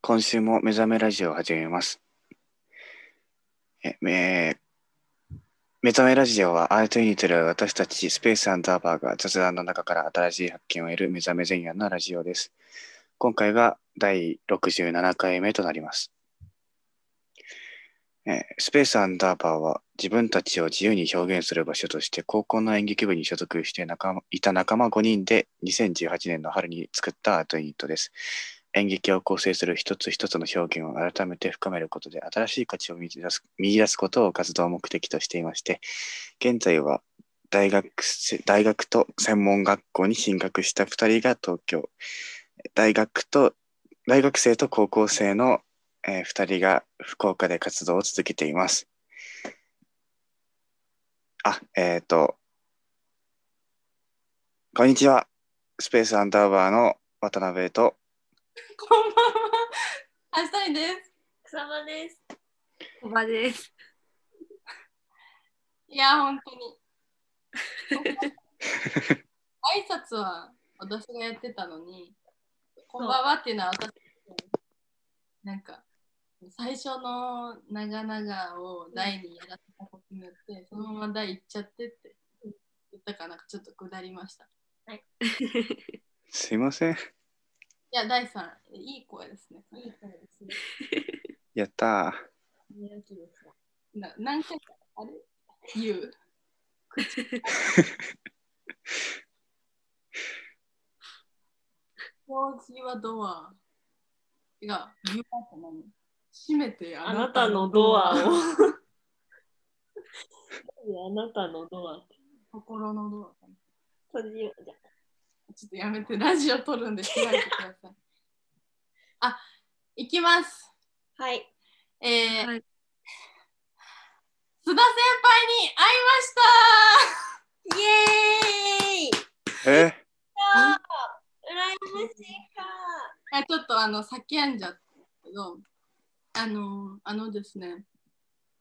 今週も目覚めラジオを始めます。え、め目覚めラジオはアートユニットでは私たちスペースアンダーバーが雑談の中から新しい発見を得る目覚め前夜のラジオです。今回が第67回目となります。えスペースアンダーバーは自分たちを自由に表現する場所として高校の演劇部に所属して仲間いた仲間5人で2018年の春に作ったアートユニットです。演劇を構成する一つ一つの表現を改めて深めることで新しい価値を見出す見出すことを活動目的としていまして現在は大学生大学と専門学校に進学した2人が東京大学と大学生と高校生の、え2人が福岡で活動を続けています。あえっ、とこんにちはスペースアンダーバーの渡辺とこんばんは。あさいです。草間です。おばです。いや、本当 に。挨拶は私がやってたのに、こんばんはっていうのは私、なんか、最初の長々を第にやらせたことによって、そのまま第いっちゃってって言ったから、なんかちょっと下りました。いすいませんや、第3、いい声ですね。いい声ですね。やったな何回か、あれ言う。掃除はドア。いや、言うって何閉めてあなたのドアを。を。あなたのドア。心のドア。閉じようじゃちょっとやめて、ラジオ撮るんで開いてください。あ、行きます。あはい。えーはい須田先輩に会イエーイ。ーえあー、いま羨ましいか。した。あちょっとあの叫んじゃったけど、あの、あのですね、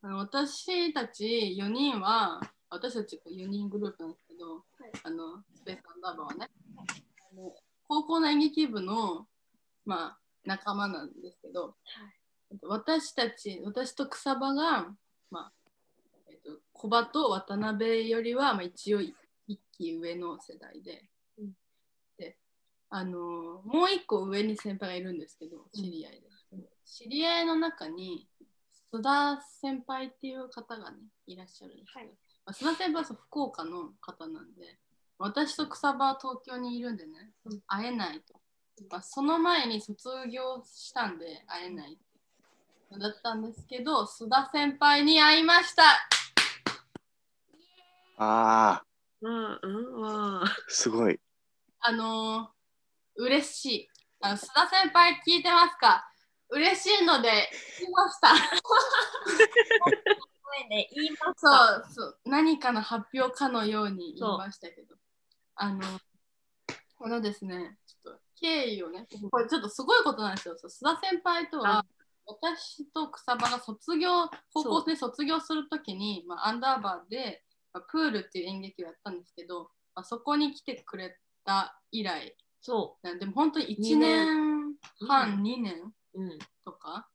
あの私たち4人は、私たち4人グループなんですけど、あのスペースアンダーバーはね、あの高校の演劇部の、まあ、仲間なんですけど、私たち私と草場が、まあえっと、小場と渡辺よりは、まあ、一応一期上の世代で,、うんであのもう一個上に先輩がいるんですけど知り合いで、知り合いの中に須田先輩っていう方がねいらっしゃるんですけど、はいまあ須田先輩はそう福岡の方なんで私と草場は東京にいるんでね、会えないと、まあ、その前に卒業したんで会えないだったんですけど須田先輩に会いましたああわあ、うん、わあ。すごいあのー、嬉しいあの須田先輩聞いてますか嬉しいので言いました声ね、言いま そうそう何かの発表かのように言いましたけどあのこのですねちょっと経緯をねこれちょっとすごいことなんですよそう須田先輩とは私と草場が卒業高校生卒業するときに、まあ、アンダーバーで、まあ、プールっていう演劇をやったんですけど、まあ、そこに来てくれた以来そなんでも本当に二1年う。半、2年うん。うん。とか、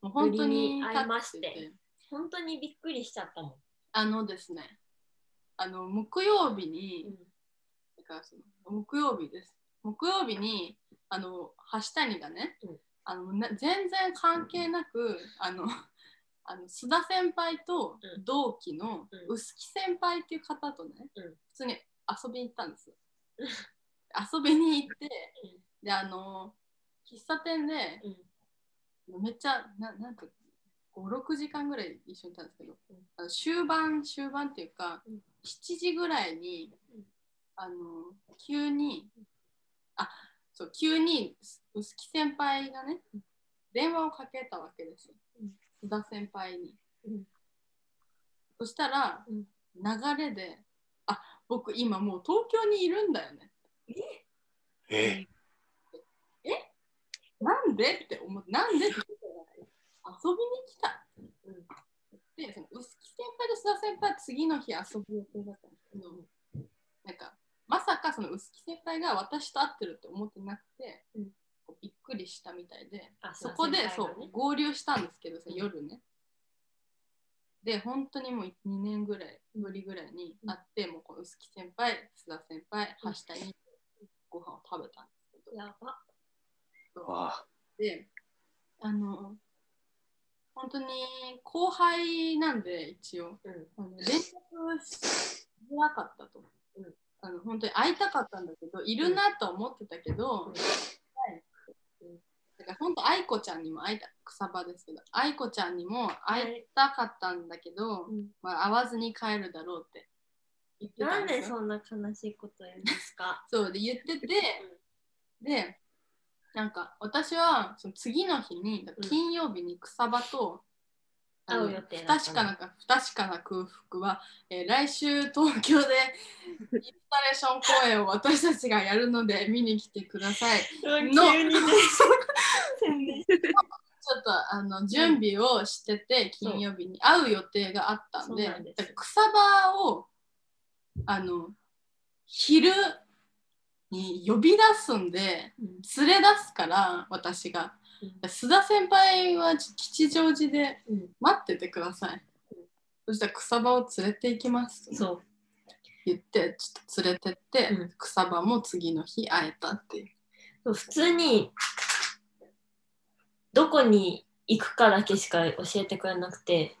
もう本当にぶりに会いまして経ってて本当にびっくりしちゃったもん。あのですね、あの木曜日うに、んだからその木曜日です。木曜日に、あの橋谷がね、うんあのな全然関係なく、あの、 あの須田先輩とうん同期のうん臼木先輩っていう方とね、うん普通に遊びに行ったんです。 遊びに行ってうん、で、あの、喫茶店で、うん。めっちゃななんか56時間ぐらい一緒にいたんですけど、うんあの終盤終盤っていうか、うん7時ぐらいに、うんあの急にあそう急に臼木先輩がね電話をかけたわけですよ、須田先輩に、うんそしたら、うん流れで「あ僕今もう東京にいるんだよねえなんで?」って思って「なんで?」って言ったら遊びに来た」うん。で、その薄木先輩と須田先輩は次の日遊ぶ予定だったんですけど、なんか、まさかその薄木先輩が私と会ってるって思ってなくて、うんこうびっくくりしたみたいであそこでそそうう合流したんですけどさ夜ねで本当にもう2年ぐらいぶりぐらいに会って、もうこう薄木先輩須田先輩橋谷ご飯を食べたんですけどやば。わあ、であの本当に後輩なんで一応うん。 あの連絡しづらかったと、うんあの本当に会いたかったんだけどいるなとは思ってたけど、うんだから本当愛子ちゃんにも会いた草場ですけど愛子ちゃんにも会いたかったんだけど、うんまあ、会わずに帰るだろうって言ってたなんんでですよそんな悲しいこと言うんですかそうで言っててでなんか私はその次の日にだから金曜日に草場と、あの会う予定不だった確のかな不確かな空腹は、えー来週東 京でインスタレーション公演を私たちがやるので見に来てください。 急ににね宣伝ちょっとあの準備をしてて、金曜日に会う予定があったんでそうなんですだから草場をあの昼に呼び出すんで連れ出すから私が須田先輩は吉祥寺で うん待っててください、そしたら草場を連れて行きますってそう。言ってちょっと連れてって、うん草場も次の日会えたっていうそう普通にどこに行くかだけしか教えてくれなくて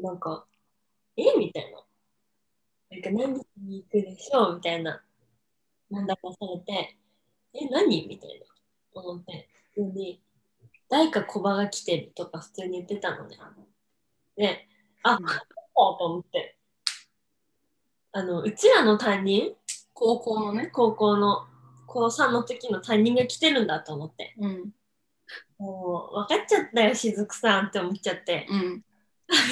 なんか「えみたいな「なんか何日に行くでしょう?」みたいな問題がされて「え何?」みたいな思って普通に「誰かコバが来てる」とか普通に言ってたのねであうんそうと思ってあのうちらの担任高校のね、高校の高3の時の担任が来てるんだと思ってうんもう分かっちゃったよしずくさんって思っちゃってうん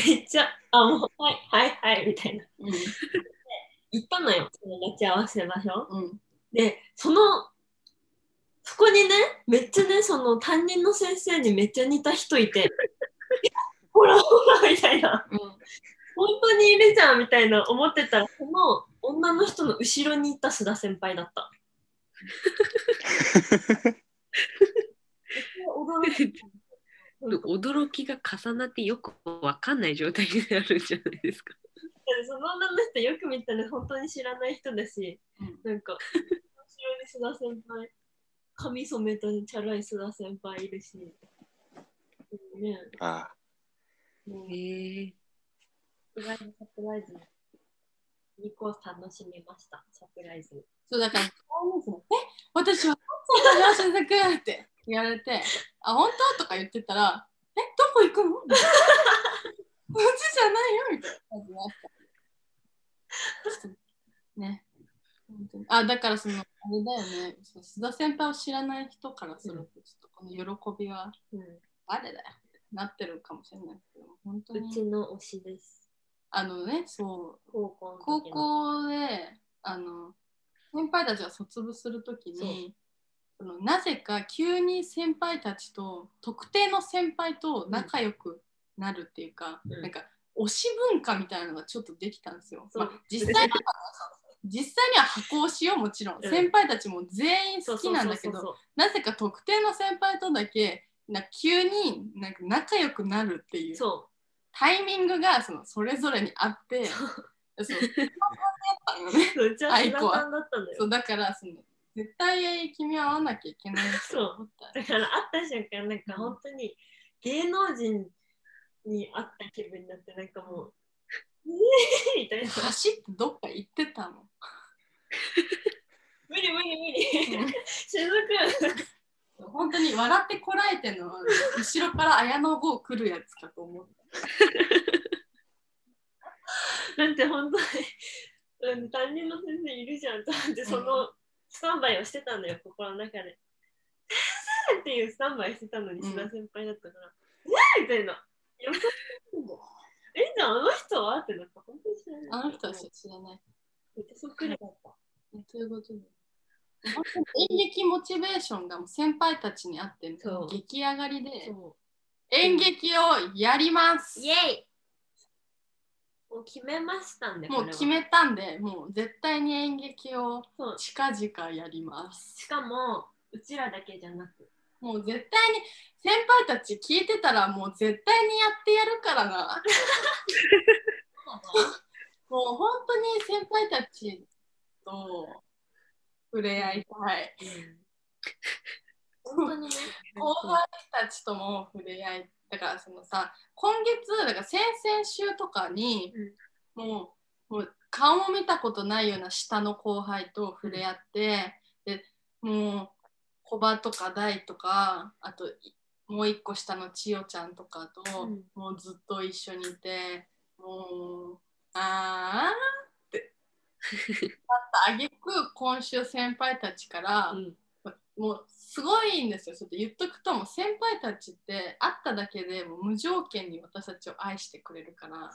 めっちゃあもうはいはいはいみたいなうん行ったのよその待ち合わせ場所うんでそのそこにねめっちゃねその担任の先生にめっちゃ似た人いてほらほらみたいなうん本当にいるじゃんみたいな思ってたらその女の人の後ろにいた須田先輩だった。驚いた 驚きが重なってよくわかんない状態になるんじゃないですか。その女の人よく見たら本当に知らない人だし、うんなんか後ろに須田先輩髪染めたチャラい須田先輩いるし、うんねあもうええ意外にサプライズ2個楽しみましたサプライズそうだから、え私は本当だよ、しずくって言われて、あ、本当とか言ってたら、え、どこ行くのうちじゃないよみたいな感じになったちょっとね。本当にあ、だからその、あれだよね、その須田先輩を知らない人からすると、ちょっとこの喜びは、うん、あれだよってなってるかもしれないけど、本当うちに、の推しですあのね、そう、高校の高時の校であの先輩たちが卒部するときにそのなぜか急に先輩たちと特定の先輩と仲良くなるっていうか、うんなんか推し文化みたいなのがちょっとできたんですよ。そうまあ実際には実際には箱推しよもちろんうん先輩たちも全員そ好うそきうなそんうだけそどうなぜか特定の先輩とだけなんか急になんか仲良くなるっていうそタイミングがそのそれぞれにあってうそうそうそうよねそうう ちは須田さんだったのそようだからその絶対君は会わなきゃいけないと思っただから会った瞬間なんか本当に芸能人に会った気分になってなんかもう「えー、みたいな走ってどっか行ってたもん。無理無理無理しずく本当に笑ってこらえての後ろから綾野剛来るやつかと思った。なんて本当にうん担任の先生いるじゃんと思ってそのスタンバイをしてたのよ心の中で「先生!」っていうスタンバイしてたのにうん志田先輩だったから「えーみたいな「よそえじゃああの人は?」ってなんか本当に知らないあの人は知らない。めっちゃそっくりだったということで。本当に演劇モチベーションがもう先輩たちにあってそう出来上がりでそう演劇をやりますイエイもう決めましたんで、もうこれは決めたんでもう絶対に演劇をそう近々やりますしかも、うちらだけじゃなく。もう絶対に先輩たち聞いてたらもう絶対にやってやるからなもう本当に先輩たちと触れ合いたい本当にね。後輩たちとも触れ合いだからそのさ今月だから先々週とかに、もうもう顔も見たことないような下の後輩と触れ合って、でもうコバとか大とかあといもう一個下の千代ちゃんとかと、うんもうずっと一緒にいてもうあーって。あげく今週先輩たちから、うんもうすごいんですよ。ちょっと言っとくともう先輩たちって会っただけでもう無条件に私たちを愛してくれるからも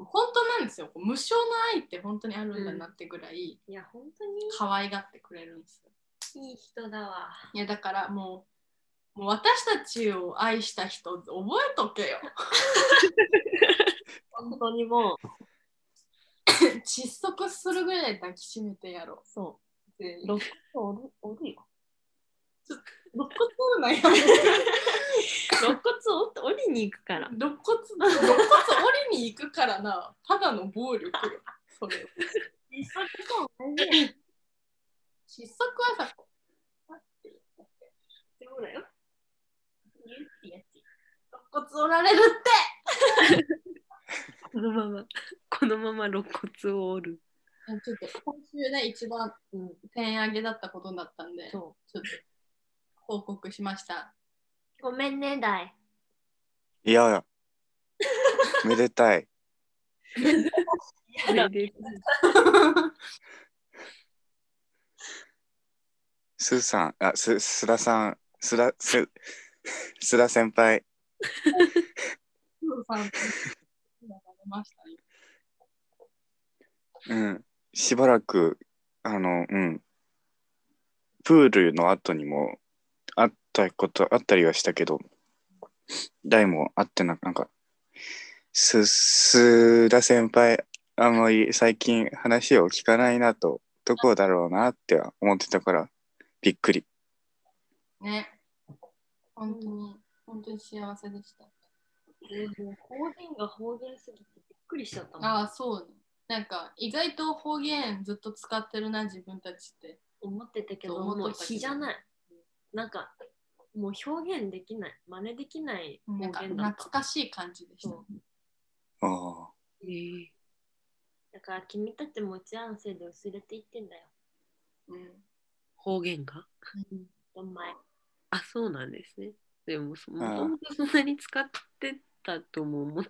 う本当なんですよ。こう無償の愛って本当にあるんだなってぐらいいや、本当に可愛がってくれるんですよ。いい人だわ。いやだからもうもう私たちを愛した人覚えとけよ。本当にもう、窒息するぐらい抱きしめてやろう。そでう。肋骨折る折るよ。肋骨折るなよ。肋骨折折りに行くから。肋骨肋骨折りに行くからなただの暴力よそれ実際と同じだよ。失速はさそうだよ。言うってやつ。肋骨折られるってこのまま、このまま肋骨を折る。ちょっと今週ね一番、うん、点上げだったことになったんでちょっそと報告しま したう。ごめんね、だい。いやいやめでたいそれでスーさんあす須田さん須田す須田先輩さん流れましたねうんしばらくあのうんプールの後にも会ったことあったりはしたけど大も会ってななんかす須田先輩あんまり最近話を聞かないなとどこだろうなっては思ってたからびっくりね本当に本当に幸せでしたもう方言が方言すぎてびっくりしちゃったもん。ああそうねなんか意外と方言ずっと使ってるな自分たちって思ってたけど、そうも思っうとったけど比じゃない。なんか、もう表現できない。真似できない方なん言かだ懐った。かしい感じでしたそうああえーだから君たちもち合わせで薄れていってんだよ。うん方言がお前。あ、そうなんですね。でも、そあもともとそんなに使ってたとも思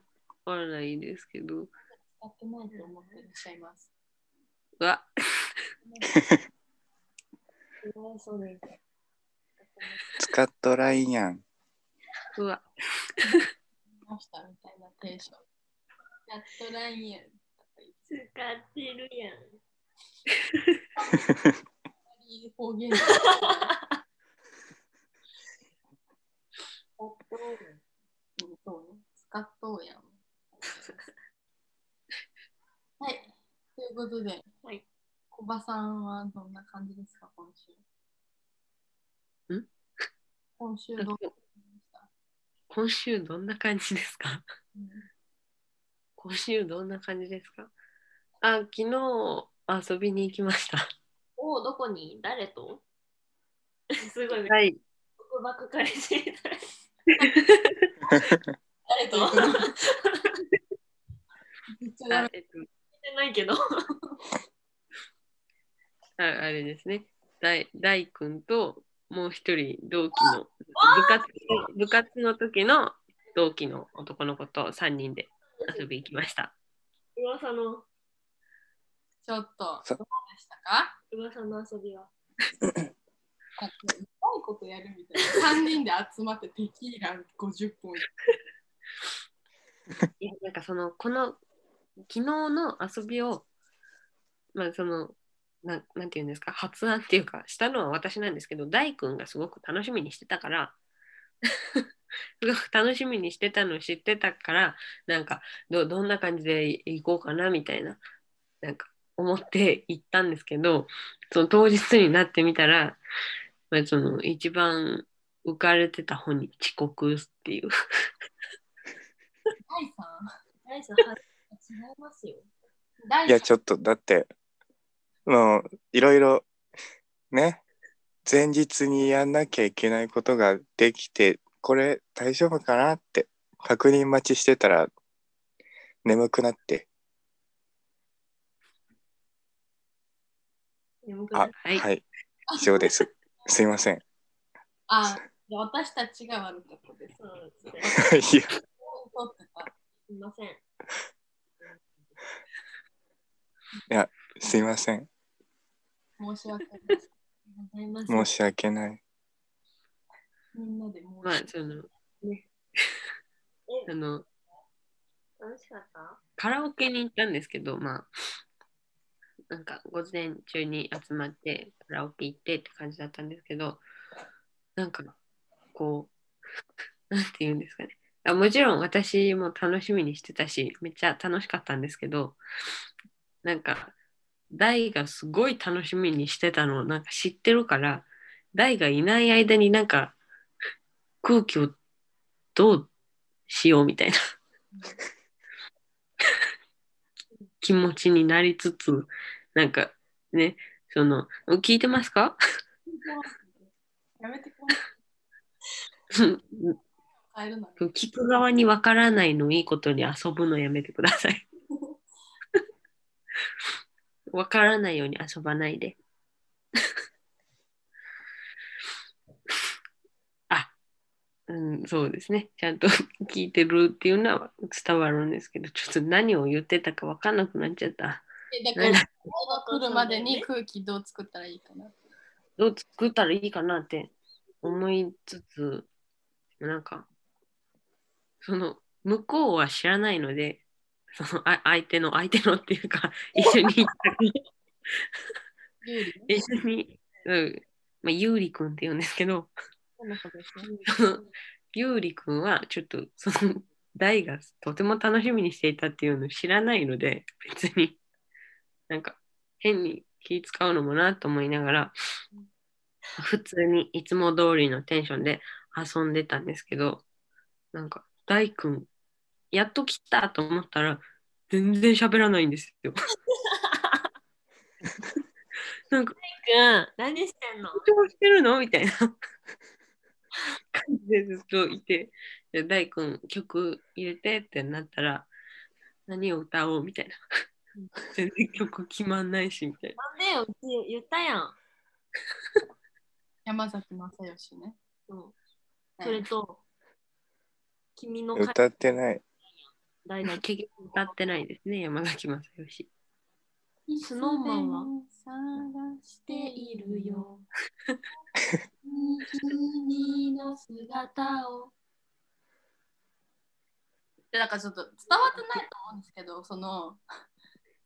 わないですけど。使ってないと思ってらっしゃいます。うわ、かわいそうね。使っとらんやんうわ、ましたみたいなテンション。やっとラインや。使ってるやん。方言。おっとそうね。使っとうやん。はい。ということで、はい、小バさんはどんな感じですか、今週。ん今週どうでした今週どんな感じですかうん今週どんな感じですかあ、昨日遊びに行きました。おうどこに誰と すごい、はい。束縛彼氏みたい。誰 と誰と聞いめっちゃダあメえっとてないけど。ああれですね。大大君ともう一人同期の部活の部活の時の同期の男の子と3人で遊びに行きました。噂の、ちょっと、どそううでしたか噂の遊びは。なんかうまいことやるみたいな。3人で集まってテキーラ50本。いやなんかそのこの昨日の遊びをまあそのなんなんていうんですか発案っていうかしたのは私なんですけど大君がすごく楽しみにしてたから すごく楽しみにしてたのを知ってたからなんかどどんな感じで行こうかなみたいななんか思って行ったんですけどその当日になってみたらまあ、その一番浮かれてた本に遅刻っていう。第三大さん、は違いますよ。第いや、ちょっと、だって、もう、いろいろ、ね、前日にやんなきゃいけないことができて、これ大丈夫かなって、確認待ちしてたら、眠くなって、眠くなある、はいはい、以上です。すいません。 あじゃあ私たちが悪かったです。そうですいね。や撮ってた。すいません。すいません。申し訳ない。ございます。申し訳ない。みんなで申まあしその ねあの楽しかったカラオケに行ったんですけど、まあ、なんか午前中に集まってカラオケ行ってって感じだったんですけど、なんかこう、なんて言うんですかね。あもちろん私も楽しみにしてたし、めっちゃ楽しかったんですけど、なんか、大がすごい楽しみにしてたのをなんか知ってるから、大がいない間になんか空気をどうしようみたいな気持ちになりつつ、なんかね、その、聞いてますか やめてください。変えるのに。聞く側にわからないのいいことに遊ぶのやめてください。 わからないように遊ばないで。 あ、うん、そうですね。ちゃんと 聞いてるっていうのは伝わるんですけど、ちょっと何を言ってたかわかんなくなっちゃった。えだから、ね来るまでに空気どう作ったらいいかな。どう作ったらいいかなって思いつつ、なんか、その、向こうは知らないので、そのあ相手の、相手のっていうか、 一緒に行ったり、有利一緒に、うん、まあ、ゆうりくんって言うんですけど、そんなことですね そのゆうりくんは、ちょっと、その、大がとても楽しみにしていたっていうのを知らないので、別に、なんか、変に気使うのもなと思いながら、普通にいつも通りのテンションで遊んでたんですけど、なんか、大くん、やっと来たと思ったら、全然喋らないんですよ。なんか、くん、何してんの緊張してるのみたいな感じでずっといて、で大君曲入れてってなったら、何を歌おうみたいな。全然曲決まんないしみたいなんでよ、うち言ったやん。山崎正義ね。そうはいそれと、君の歌ってない。大な。学結局歌ってないですね、山崎まさよし。スノーマンは探している よ。君の姿を。でだからちょっと伝わってないと思うんですけど、その、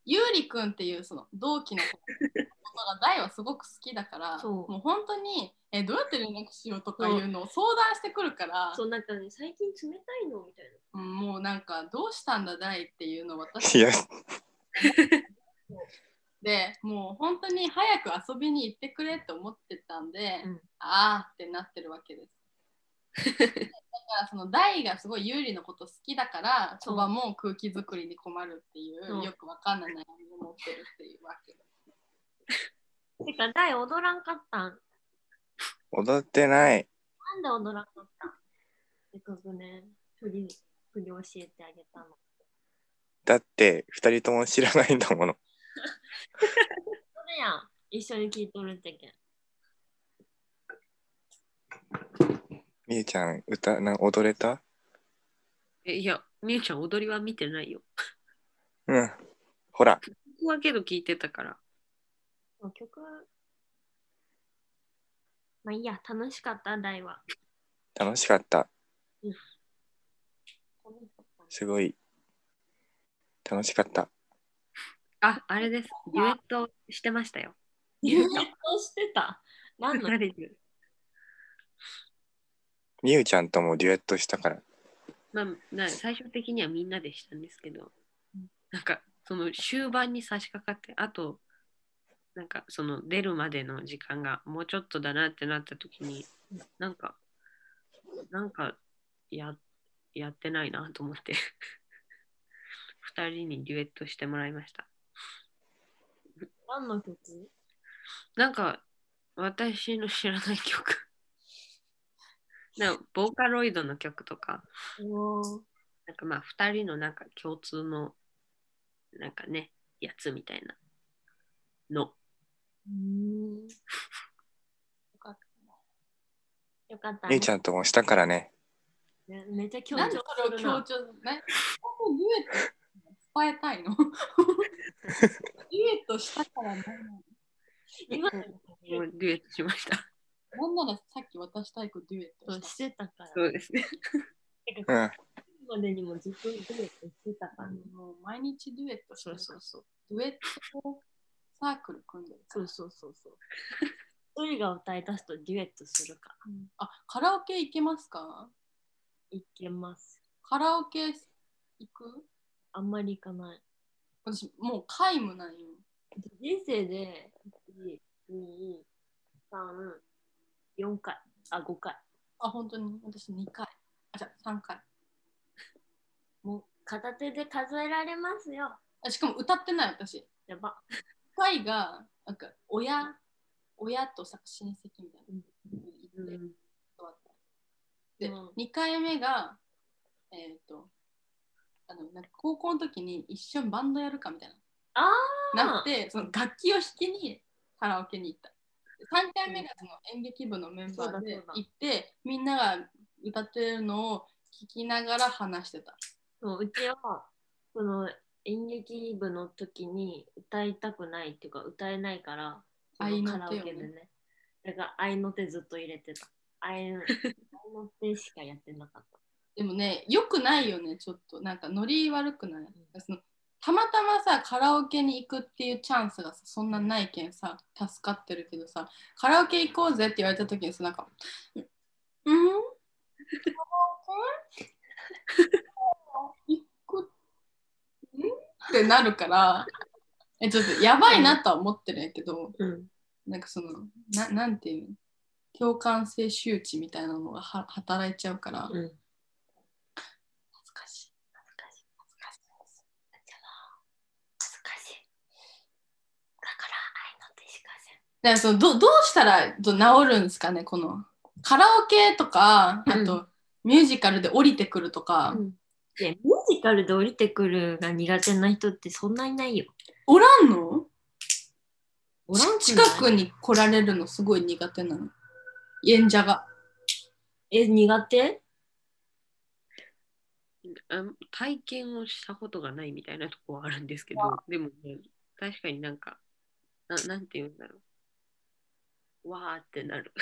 ゆうりくんっていうその同期の子が大はすごく好きだから、そうもう本当にえどうやって連絡しようとかいうのを相談してくるから、そう、なんかね、最近冷たいのみたいな。うんもうなんかどうしたんだ大っていうのをい私や、でもう本当に早く遊びに行ってくれって思ってたんで、うんああってなってるわけです。だからその大がすごい有利のこと好きだからそうそばも空気作りに困るっていそううよくわかんない悩みを持ってるっていうわけでてか、大踊らんかったん。なん踊ってない。で踊らんかったんせっかくね、振り、振り教えてあげたの。だって、二人とも知らないんだもの。それやん。一緒に聞いとるってけん。みえちゃん、歌、な踊れたえいや、みゆちゃん踊りは見てないよ。うん。ほら、僕はけど聞いてたから。もう曲は、まあいいや、楽しかった、大は。楽しかった。楽しかったすごい。楽しかった。あ、あれです。デュエットしてましたよ。優 勝してた。何 の誰でみゆちゃんともデュエットしたから。まあ、な最終的にはみんなでしたんですけど、なんかその終盤に差し掛かってあとなんかその出るまでの時間がもうちょっとだなってなった時になんかなんかややってないなと思って 2人にデュエットしてもらいました何の曲なんか私の知らない曲 なんかボーカロイドの曲とかおーなんかまあ2人のなんか共通のなんかねやつみたいなのうーん。よかった。よかった、ね。姉ちゃんともしたからね。めめっちゃ強調なんですそれをる強な。調ね。デュエット伝えたい の。デュエットしたからなんなの今もうデュエットしました。なんならさっき渡したい子デュエットそしうた。してたから。そうですね。てうかん。 今までにもずっとデュエットしてたあから。の毎日デュエットしてるそうそう。デュエットサークル組んでるかそらうそうそうそう。 一人が歌い出すとデュエットするから。うんあカラオケ行けますかいけます。カラオケ行くあんまりいかない。私もう皆無なんよ。人生で1、2、3、4回、あ、5回。あ、本当に私2回。あ、じゃあ3回。もう片手で数えられますよ。あしかも歌ってない私。やば。 1回がなんか親親とさ親戚みたいな。でで、うん2回目が、えっ、と、あのなんか高校の時に一緒にバンドやるかみたいあな。なって、その楽器を弾きにカラオケに行った。3回目がその演劇部のメンバーでそうだそうだ行って、みんなが歌ってるのを聞きながら話してた。そううちはその演劇部の時に歌いたくないっていうか歌えないからそ合いのカラオ手ケをねでねだから愛の手ずっと入れてた愛 の手しかやってなかっでもね、良くないよね、ちょっと。なんかノリ悪くない、そのたまたまさ、カラオケに行くっていうチャンスがさそんなないけんさ、助かってるけどさ、カラオケ行こうぜって言われた時にさ、なんか、うんカラオケ行くんってなるから、えちょっとやばいなとは思ってるんやけど、た、なんかその、ななんていうの共感性周知みたいなのがは働いちゃうから、うん、恥ずかしい。恥ずかしい恥ずかしいです恥ずかしいだから愛の手しかせんだからそのどどうしたらど治るんですかねこのカラオケとかあうんと、ミュージカルで降りてくるとか、いやミュージカルで降りてくるが苦手な人ってそんないないよおらんのおらんくない近くに来られるのすごい苦手なの演者がえ苦手あ体験をしたことがないみたいなとこはあるんですけど、でもね、確かになんか、ななんて言うんだろう。わーってなる。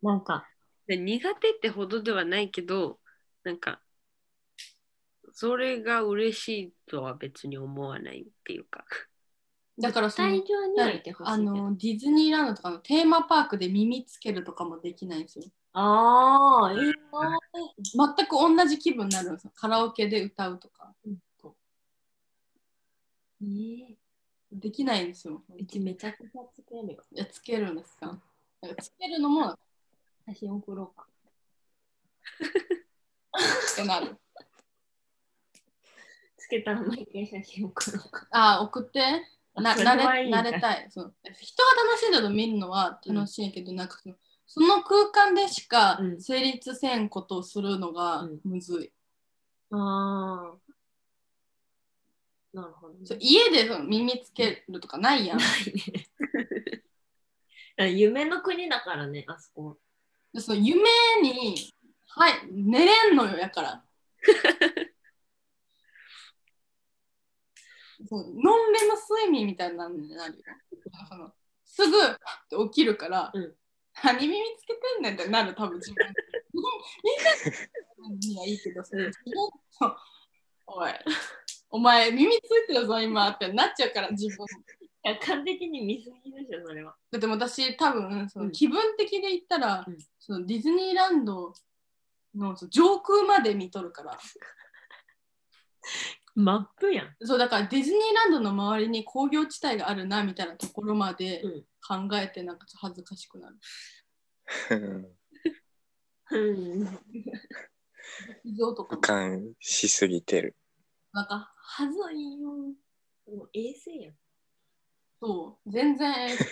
なんかで苦手ってほどではないけど、なんか、それが嬉しいとは別に思わないっていうか。だからそ大の量にはいてほしいあけどのディズニーランドとかのテーマパークで耳つけるとかもできないんですよああ、いいな。全く同じ気分になるんですよカラオケで歌うとかねできないんですよえうちめちゃくちゃつけるよ。いやつけるんですかなんかつけるのも写真送ろうか。ってなるつけたら毎回写真送ろうか。ああ、送って。なそれ慣れはいいね慣れたいそう。人が楽しんでるの見るのは楽しいけど、なんかそのその空間でしかうん成立せんことをするのがうんむずい。ああ。なるほど、そうね。家でその耳つけるとかない やん。ないね。 夢の国だからね、あそこ。でその夢に、はい、寝れんのよ、やから。 そうのんべの睡眠みたいなのになるよ。そのすぐはっって起きるから、うん何耳つけてんねんってなる、多分自分。 みんなにはいいけど、それ自分そうおい、お前耳ついてるぞ、今ってなっちゃうから、自分。客観的に見すぎでしょ、それは。だって私多分そうのん気分的で言ったら、うんそのディズニーランドのその上空まで見とるからマップやん。そうだからディズニーランドの周りに工業地帯があるなみたいなところまでうん考えてなんかちょっと恥ずかしくなる。うん。以上とか俯も瞰しすぎてる。なんか恥ずいよ。もう衛星やん。そう全然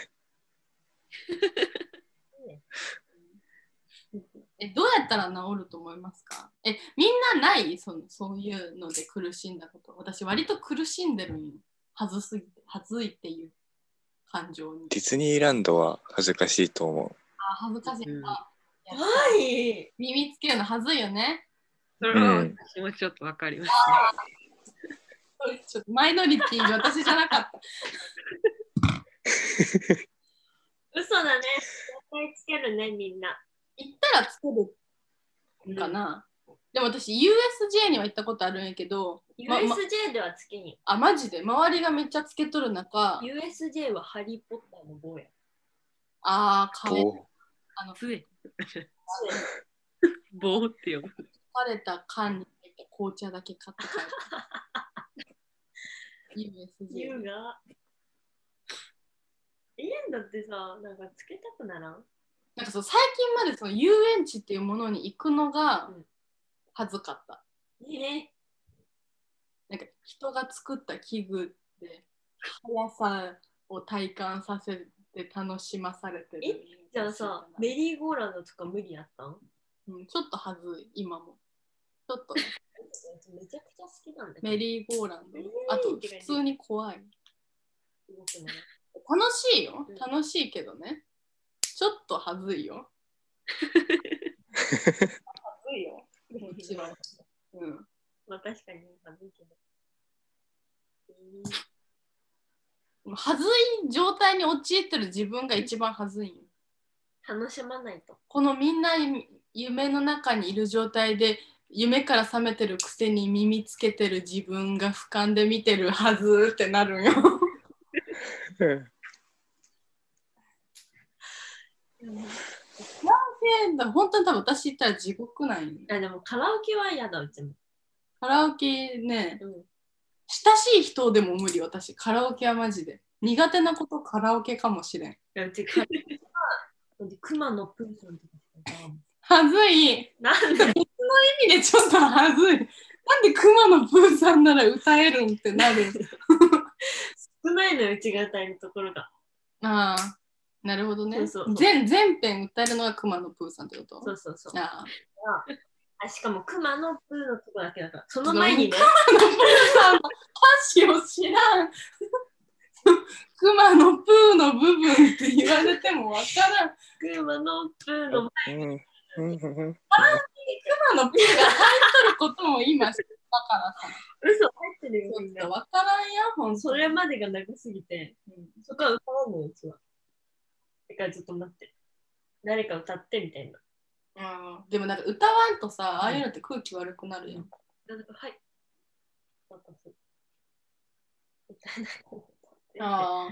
えどうやったら治ると思いますかえみんなないそのそういうので苦しんだこと私割と苦しんでるんよ恥ずすぎて恥ずいっていう感情にディズニーランドは恥ずかしいと思あ恥ずかしい、うんあはい。耳つけるの恥ずいよねそれは私もちょっとわかります。ちょっとマイノリティ私じゃなかった嘘だね。絶対つけるね、みんな。行ったらつけるかな、でも私 USJ には行ったことあるんやけど、まま USJ ではつけに。あマジで周りがめっちゃつけとる中 USJ はハリー・ポッターの棒や。ああう。か え棒あの杖。棒って呼ぶ。疲れた缶に入った紅茶だけ買って 帰る USJ 優が。ええんだってさ、なんかつけたくならんなんかそう最近までその遊園地っていうものに行くのがうん恥ずかった。えなんか人が作った器具で速さを体感させて楽しまされてる。じゃあさ、メリーゴーランドとか無理やったんうん、ちょっと恥ずい、今も。ちょっと めちゃくちゃ好きなんだけど。メリーゴーランドメリー。あと普通に怖い。すごくない楽しいようん。楽しいけどね。ちょっと恥ずいよ。恥ずいよ。もちろん。うん。 まあ確かに、寒いけど。えはずい状態に陥ってる自分が一番はずいんよー楽しまないと。このみんな夢の中にいる状態で夢から覚めてるくせに耳つけてる自分が俯瞰で見てるはずってなるんよ変だ本当に多分私行ったら地獄なんよあでもカラオケは嫌だ、うちも。カラオケねうん、親しい人でも無理私カラオケはマジで苦手なことカラオケかもしれんいやうちカラオケは、 熊のプーさんとかしか歌わんはずいなんで意味でちょっとはずい。なんで熊野プーさんなら歌えるんってな る。少ないのようちが歌えるところが。ああ、なるほどね。そうそう全全編歌えるのが熊野プーさんってことそうそうそう。ああ。あしかも熊のプーのとこだけだから。その前にね、熊野プーさんの歌詞を知らん。熊野プーの部分って言われてもわからん。熊のプーのうんうんうん熊野プーが入っとることも今知ったからさ。嘘入ってるよ、みんちょっとな。わからんや、ほんとそれまでが長すぎて、うんそこは歌わんのよ、うちは。だからちょっと待って。誰か歌ってみたいな。うんでもなんか歌わんとさ、ああいうのって空気悪くなるやん。なんかはい。私歌えない歌って ああ。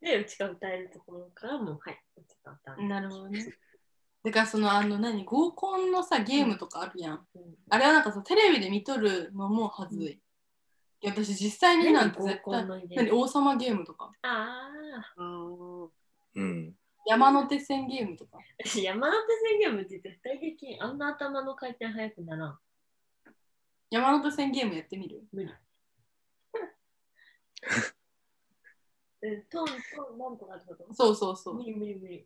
で、うちが歌えるところからもう、はい、うちが歌う。なるほどね。だからそのあの何合コンのさゲームとかあるやん。うんあれはなんかさテレビで見とるのもはずい。いや私実際になんて絶合コン対のイベン何ト王様ゲームとかあうん。山手線ゲームとかあ、私山手線ゲームって絶対できん。あんな頭の回転速くならん。山手線ゲームやってみる無 理。うんトントンなんとかってことそうそうそう無。理無理無理。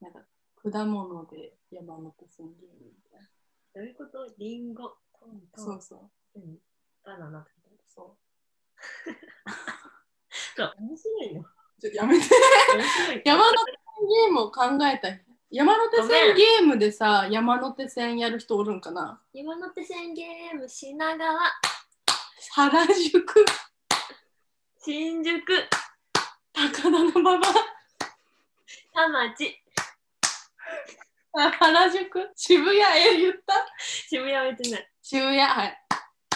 なんか果物で山手線ゲームみたいな。どういうことリンゴ、トントン、そうそううんバナナってことそ そう面白いよ。う。ちょっとやめて。 面白い。山手線ゲームを考えた人山手線ゲームでさ山手線やる人おるんかな山手線ゲームしながら原宿新宿、高田の馬場田町、あ原宿渋谷え言った渋谷は行ってない。渋谷はい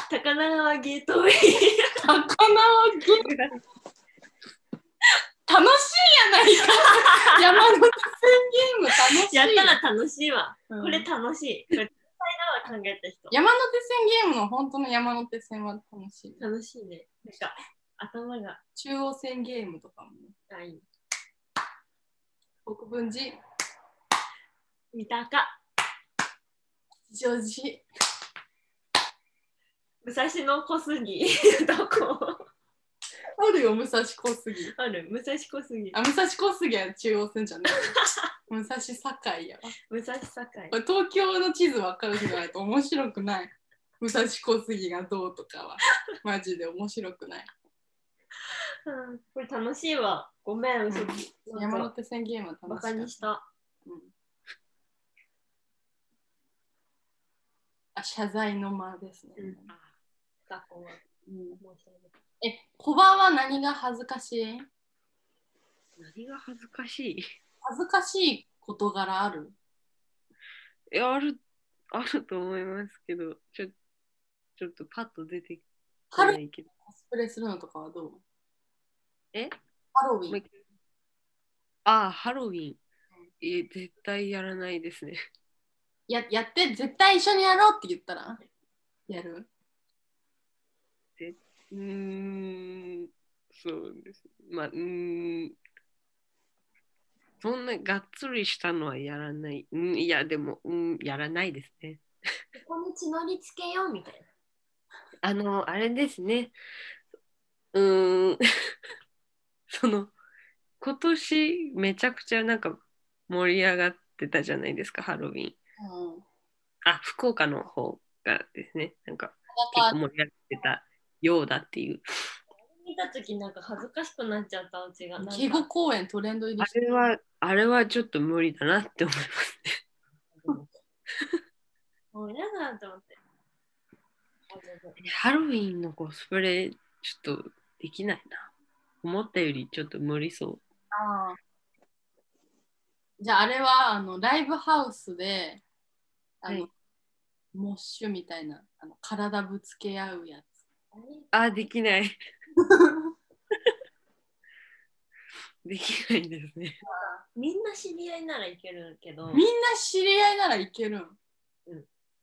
高輪ゲートウェイ。高輪ゲ楽しい やないか山手線ゲーム楽しいやったら楽しいわ。うんこれ楽しい。これ絶対考えた人。山手線ゲームの本当の山手線は楽しい。楽しいね。なんか、頭が、中央線ゲームとかも、ね、あ、いい。国分寺、三鷹、吉祥寺、武蔵野小杉、 どこあるよ、武蔵小杉。ある武蔵小杉、あ、武蔵小杉は中央線じ ゃない。武蔵境やわ。武蔵境こ。れ東京の地図分かる人じゃないと面白くない。武蔵小杉がどうとかは、マジで面白くない。うんこれ楽しいわ。ごめん、嘘つき。なん山か手線ゲームはバ楽しカいに。した。うんあ謝罪の間ですね。うん学校は。うん、申し訳ないえ、小バは何が恥ずかしい何が恥ずかしい 恥ずかしい事柄あるいやあるあると思いますけどちょちょっとパッと出てこないけどコスプレするのとかはどうえハロウィもうン一。回ああハロウィンえ絶対やらないですね ややって、絶対一緒にやろうって言ったらやるうーんそうですまあうーんそんながっつりしたのはやらないうんいやでもうんやらないですねここに血のりつけようみたいな。あの、あれですね。うーん。 その、今年めちゃくちゃなんか盛り上がってたじゃないですか、ハロウィン。うん。あ、福岡の方がですね、なんか結だか構盛り上がってたようだっていう。見たときなんか恥ずかしくなっちゃったうちが。なんら、か敬語公演トレンド入ありしてれは、あれはちょっと無理だなって思いますね。もう嫌だなと思って。ハロウィンのコスプレ、ちょっとできないな。思ったよりちょっと無理そう。ああじゃああれはあのライブハウスであの、はいモッシュみたいなあの体ぶつけ合うやつあ、できない。 できないんですね。みんな知り合いならいけるけど、みんな知り合いならいけるん、うん、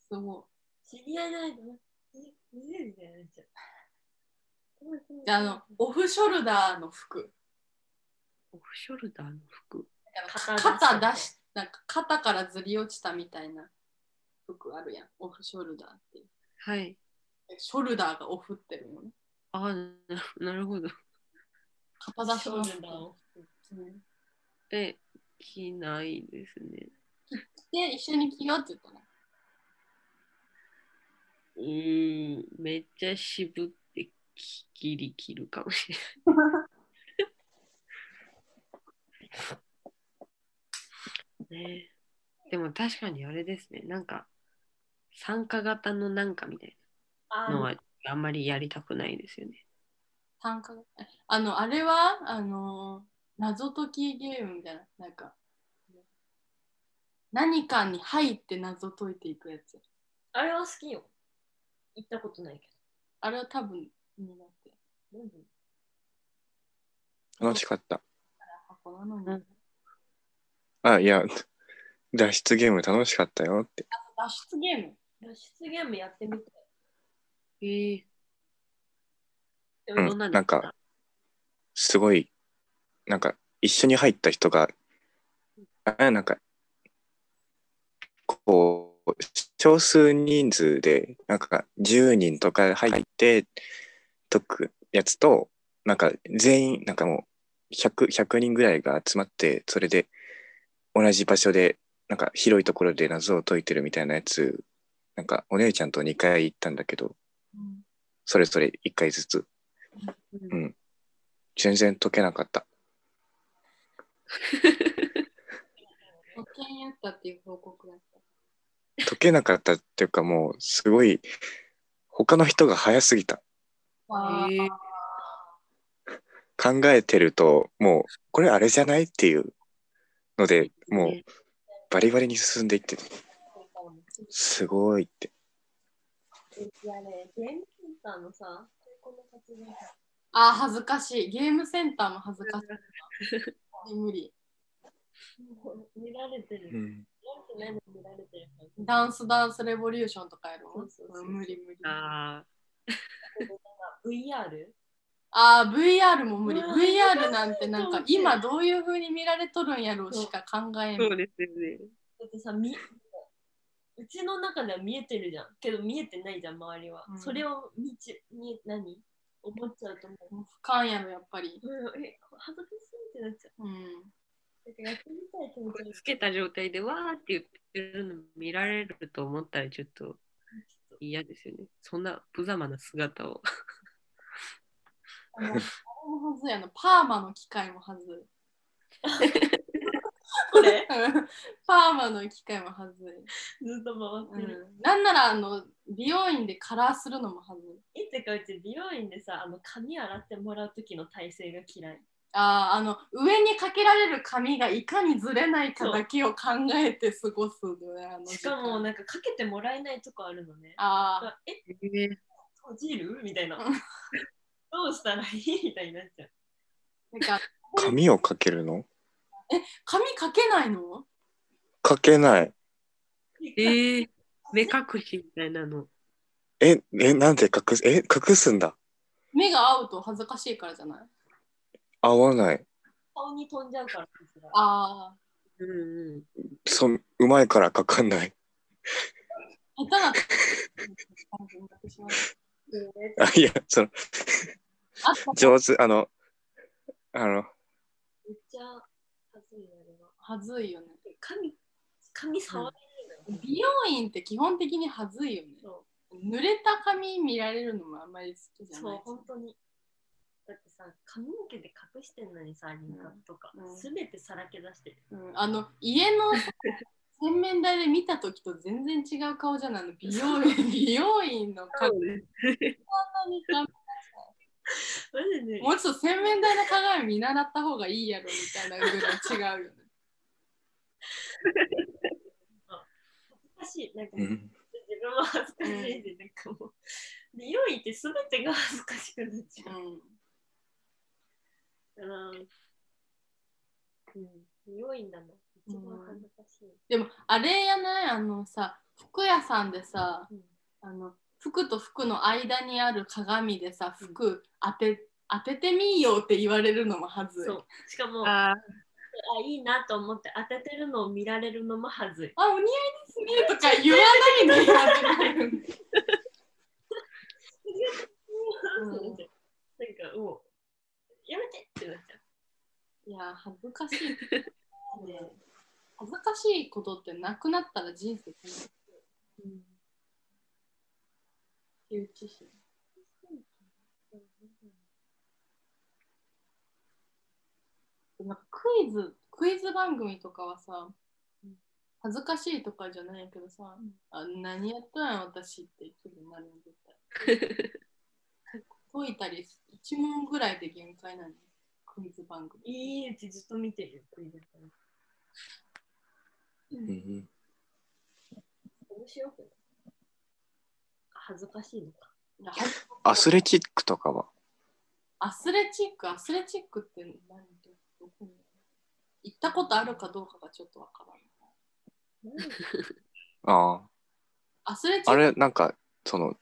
すご知り合いじゃないとな、ええみたいになっちゃう。いじゃああのオフショルダーの服オフショルダーの服。肩肩出しなんか肩からずり落ちたみたいな服あるやんオフショルダーっていうはい。ショルダーがオフってるのねあな、 なるほど。肩出しのショルダーをうんえ、着ないですね。で一緒に着ようって言ったのうーん、めっちゃ渋ってききり着るかもしれない。 ねえでも確かにあれですね。なんか、参加型のなんかみたいあなのーはあんまりやりたくないですよね。参加えあのあれはあのー謎解きゲームみたいななんか何かに入って謎解いていくやつあれは好きよ。行ったことないけあれは多分になってど。なんでうん楽しかった。箱なのに、うんあ、いや、脱出ゲーム楽しかったよって。脱出ゲーム脱出ゲームやってみて。ええでうんもどんなですなんかすごい、なんか、一緒に入った人が、あなんか、こう、少数人数で、なんか、10人とか入って、解くやつと、なんか、全員、なんかもう100、100人ぐらいが集まって、それで、同じ場所で、なんか、広いところで謎を解いてるみたいなやつ、なんか、お姉ちゃんと2回行ったんだけど、うんそれぞれ1回ずつ。うんうん全然解けなかった。保険やったっていう報告だった解けなかったっていうかもうすごい他の人が早すぎた。わーええ考えてるともうこれあれじゃないっていうのでもうバリバリに進んでいってすごいって。いやね、ゲームセンターのさ、この活動さあー恥ずかしいゲームセンターも恥ずかしい無理もう見られてる。うん、何見られてるかダンスダンスレボリューションとかやろそうそうそう無理無理。あああ、 VR? あー、VR も無理。うわ VR なんてなんそうかね今どういう風に見られとるんやろうしか考えないそ。うですよね。だってさ、みうちの中では見えてるじゃん。けど見えてないじゃん、周りは。うんそれを見ち、見何思っちゃうと思もう不完やろ、やっぱり。う。うん、え、恥ずかしいってなっちゃう。うん。だからやってみたい気持こちれにつけた状態でわーって言ってるの見られると思ったらちょっと嫌ですよね。そんな無様な姿を。あのあれもはずやな。パーマの機械もはず。これ パーマの機械もはずい。ずっとう回ってる。ん。なんならあの美容院でカラーするのもはずい。いつかうち美容院でさ、あの髪洗ってもらう時の体勢が嫌い。あーあの上にかけられる髪がいかにずれないかだけを考えて過ごすのねあのし時間かもなんかかけてもらえないとこあるのね。ああえ、閉じるみたいな。うどん うしたらいいみたいになっちゃう。ーなんか髪をかけるの髪かけないのかけない。えー、目隠しみたいなの。え、え、なんで隠す、え、隠すんだ。目が合うと恥ずかしいからじゃない合わない。顔に飛んじゃうから。ああうんうん。そ、うまいからかかんない。下手な感じになってしまうあ、いや、その、あった上手、あの、あの、めっちゃ恥ずいなでもはずいよね髪、髪触れないのよ。美容院って基本的にはずいよねそ濡れた髪見られるのもあんまり好きじゃそなうい、本当に。だってさ、髪の毛で隠してんのにさ、輪郭とかうん、すべ、てさらけ出してる。うん、あの家のさ洗面台で見た時と全然違う顔じゃないあの美容 院美容院の顔マジでもうちょっと洗面台の鏡見習った方がいいやろみたいなぐらい違うよね。恥ずかしい。なんか、う自ん分も恥ずかしいし、なんかもう、美容院ってすべてが恥ずかしくなっちゃう。うん。うん、美容院だな。一番恥ずかしい。でもあれやないあのさ服屋さんでさうんあの服と服の間にある鏡でさ服当て当ててみようって言われるのもはずい。そう。しかも、ああいいなと思って当ててるのを見られるのも恥ずい。あお似合いですねとか言わないでよ。 うん なんかもう、やめてってなっちゃいや恥ずかしい。恥ずかしいことってなくなったら人生楽しい。うん。誘致心。う。なんかクイズクイズ番組とかはさ恥ずかしいとかじゃないけどさ、あ何やったんや私って気分になるの絶対結構解いたり1問ぐらいで限界なのクイズ番組いいうちずっと見てるよ、クイズ番う組ん面白くない恥ずかしいのか。いやはアスレチックとかはアスレチックアスレチックって何どどこに行ったことあるかどうかがちょっとわからないあアスレチッあ。クあれ、なんか、その、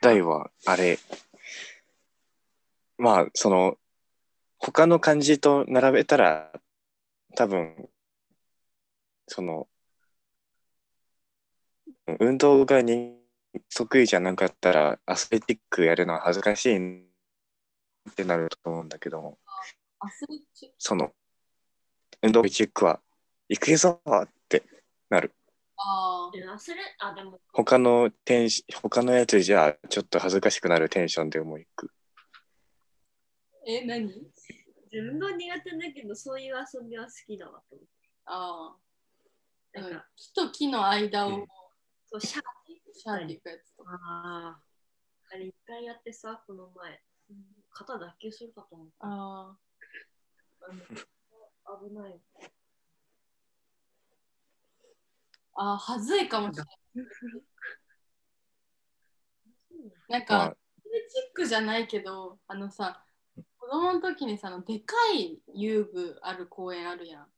大は、あれ、まあ、その、他の漢字と並べたら、多分、その、運動がに得意じゃなかったら、アスレチックやるのは恥ずかしいってなると思うんだけども。アスレチックその、運動チェックは、行くぞーってなる。あーえ 忘れ、あ、でも、他のテンシ他のやつじゃ、ちょっと恥ずかしくなるテンションでも行く。え何自分は苦手だけど、そういう遊びは好きだわと思あう。あなんか、木と木の間うをんそう、シャーシャーっていくやつとか、ああれ一回やってさ、この前、肩脱臼するかと思った。ああ危ない。あー、はずいかもしれない。なんか、まアあ、スレチックじゃないけど、あのさ、子供の時にさ、あのでかい遊具ある公園あるやん。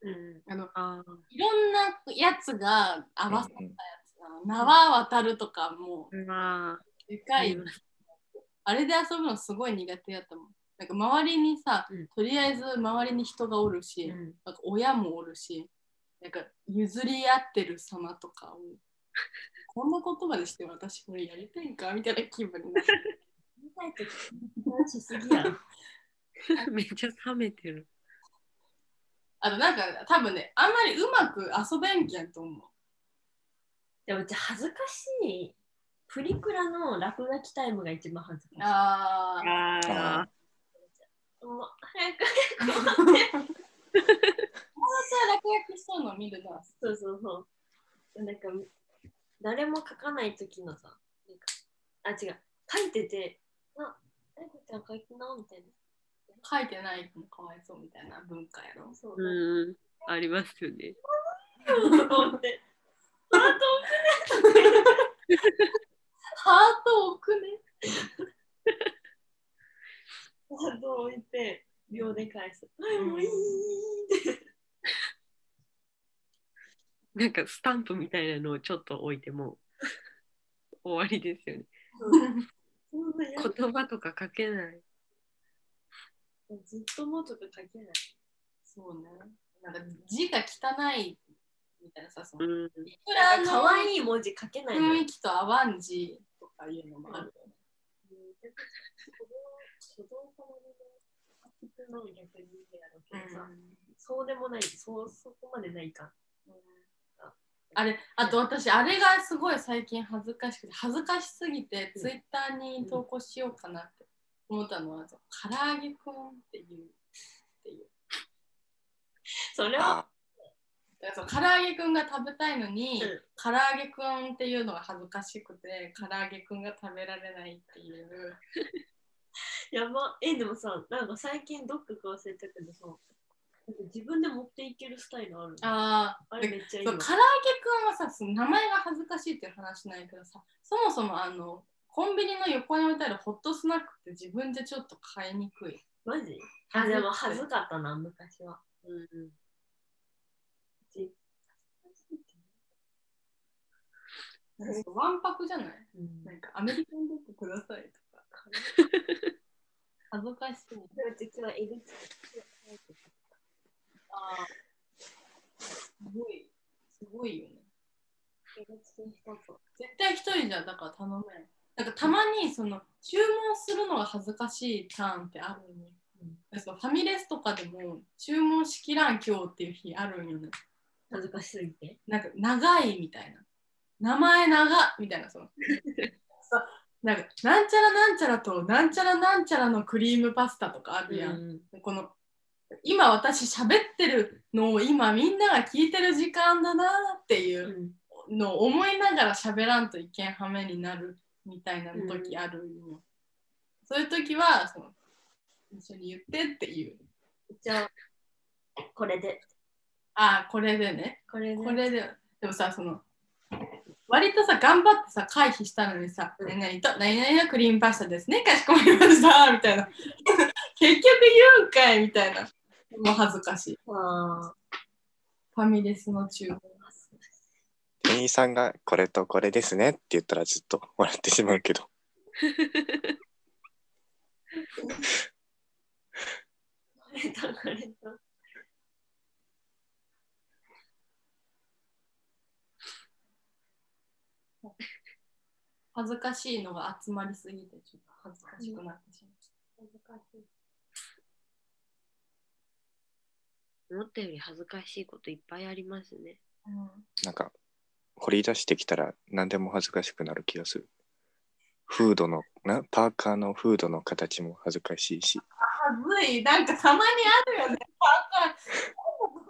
うん、あのあーいろんなやつが合わさうんうんあの縄渡るとかもまうであ、かい、あれで遊ぶのすごい苦手やったもんなんか周りにさ、うんとりあえず周りに人がおるし、うんなんか親もおるしなんか譲り合ってる様とかをこんなことまでして私これやりたいんかみたいな気分になる見たいとき、話しすぎや。めっちゃ冷めてる。あのなんか多分ねあんまりうまく遊べんけんと思うでも、うち恥ずかしい。プリクラの落書きタイムが一番恥ずかしい。あーあああ、もう早く。私は落書きしそうの見るのはそうそうそう。なんか、誰も書かない時のさ、なんかあ、違う。書いてて、あ、えこちゃん書きなみたい書いてないのかわいそうみたいな文化やろな。そううだ。ん、ありますよね。と思って。ハートハート置くねハートを置いて、秒で返す。はい、もういいって。なんかスタンプみたいなのをちょっと置いても終わりですよね。そんなやだ言葉とか書けない。ずっともとか書けない。そうね。なんか字が汚いみたいなさ、その、ういん、くらの可愛い文字書けないの雰よ。囲気と合わん字とかいうのもあるよね。書道家のね書くの逆にいいやろうけどさ、うそうでもない、そうそこまでないか。んあれあと私、あれがすごい最近恥ずかしくて、恥ずかしすぎて、うんツイッターに投稿しようかなって思ったのは、唐揚げくんっていう。っていうそれは、あだからその唐揚げくんが食べたいのに、うん唐揚げくんっていうのが恥ずかしくて、唐揚げくんが食べられないっていう。やば。え、でもさ、なんか最近どっかか忘れたけどさ、なんか自分で持っていけるスタイルあるのああ、あれめっちゃいいそわう。唐揚げくんはさその名前が恥ずかしいっていう話ないけどさそもそもあのコンビニの横に置いてあるホットスナックって自分でちょっと買いにくいマジああ、でも恥ずかったな、昔は。うん、わんぱくじゃないうんなんかアメリカンドッグくださいとか 恥ずかしいでも実は入り口あすごいすごいよね入り口に一つ。絶対一人じゃだから頼めんなんかたまにその注文するのが恥ずかしいターンってあるのよ、そのファミレスとかでも注文しきらん今日っていう日あるんよね恥ずかしすぎて。なんか長いみたいな名前長っみたいなその さなんかなんちゃらなんちゃらとなんちゃらなんちゃらのクリームパスタとかあるやん、んこの今私喋ってるのを今みんなが聞いてる時間だなっていううんのを思いながら喋らんといけんはめになるみたいな時あるんよ、そういう時はその一緒に言ってっていうじゃあ、これで。ああこれでねこれで。これででもさその割とさ頑張ってさ回避したのにさ「うん何々と何々のクリームパスタですねかしこまりました」みたいな 結局言うんかいみたいなもう恥ずかしいあファミレスの中店員さんがこれとこれですねって言ったらずっと笑ってしまうけど。 これだ、これだ。恥ずかしいのが集まりすぎてちょっと恥ずかしくなってしまった恥ずかしい。思ったより恥ずかしいこといっぱいありますね。うんなんか掘り出してきたら何でも恥ずかしくなる気がする。フードのなパーカーのフードの形も恥ずかしいし、恥ずいなんかたまにあるよね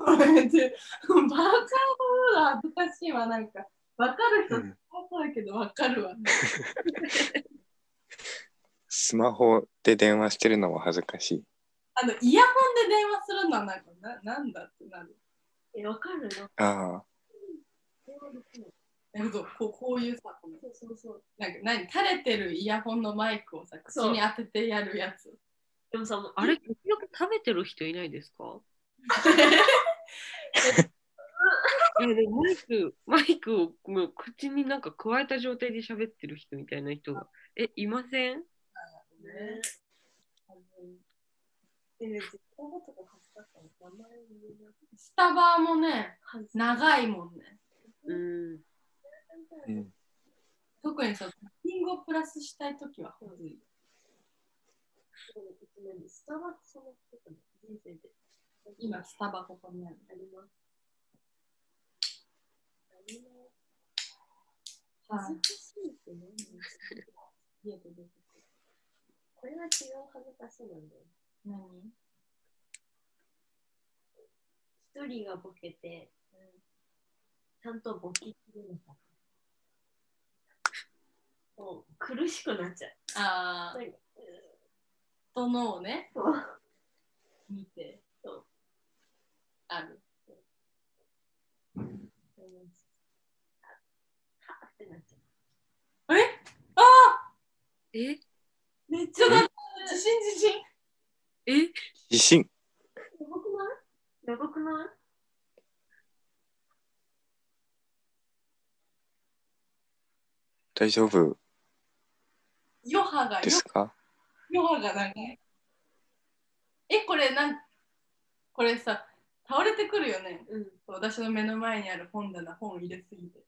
バーカーバーカーの方が恥ずかしいわなんかわかる人うんそうだけどわかるわスマホで電話してるのも恥ずかしい。あのイヤホンで電話するのはなんかななんだってなる。え、わかるな。ああ、なんかそうこうこういうさ、このそうそうそう。なんか何垂れてるイヤホンのマイクをさ、口そうに当ててやるやつ。でもさ、もう あれ、結局食べてる人いないですかいやでもマイク、マイクをもう口になんか加えた状態で喋ってる人みたいな人が、え、いませんね。あのでも実行語とか恥ずかしかった名前言えなスタバもね、恥ずかしい長いもんね。うん。うん特にさ、トッピングをプラスしたいときはほずい。スタバってそのことね人生で今、スタバここにある。あります。ありますは恥いずかしいって何家で出てくるこれは違う恥ずかしいなんだよ。何一人がボケて、ちゃんとボケきれなかった。もう苦しくなっちゃう。ああ、人のをね、見て、そうある。うんはってなっちゃえう。めっちちょっと待って、自信自信。え自信やばくないやばくない大丈夫余波が、ですか余波が長い。え、これなん、これさ、倒れてくるよね。うん。私の目の前にある本棚、本入れすぎて。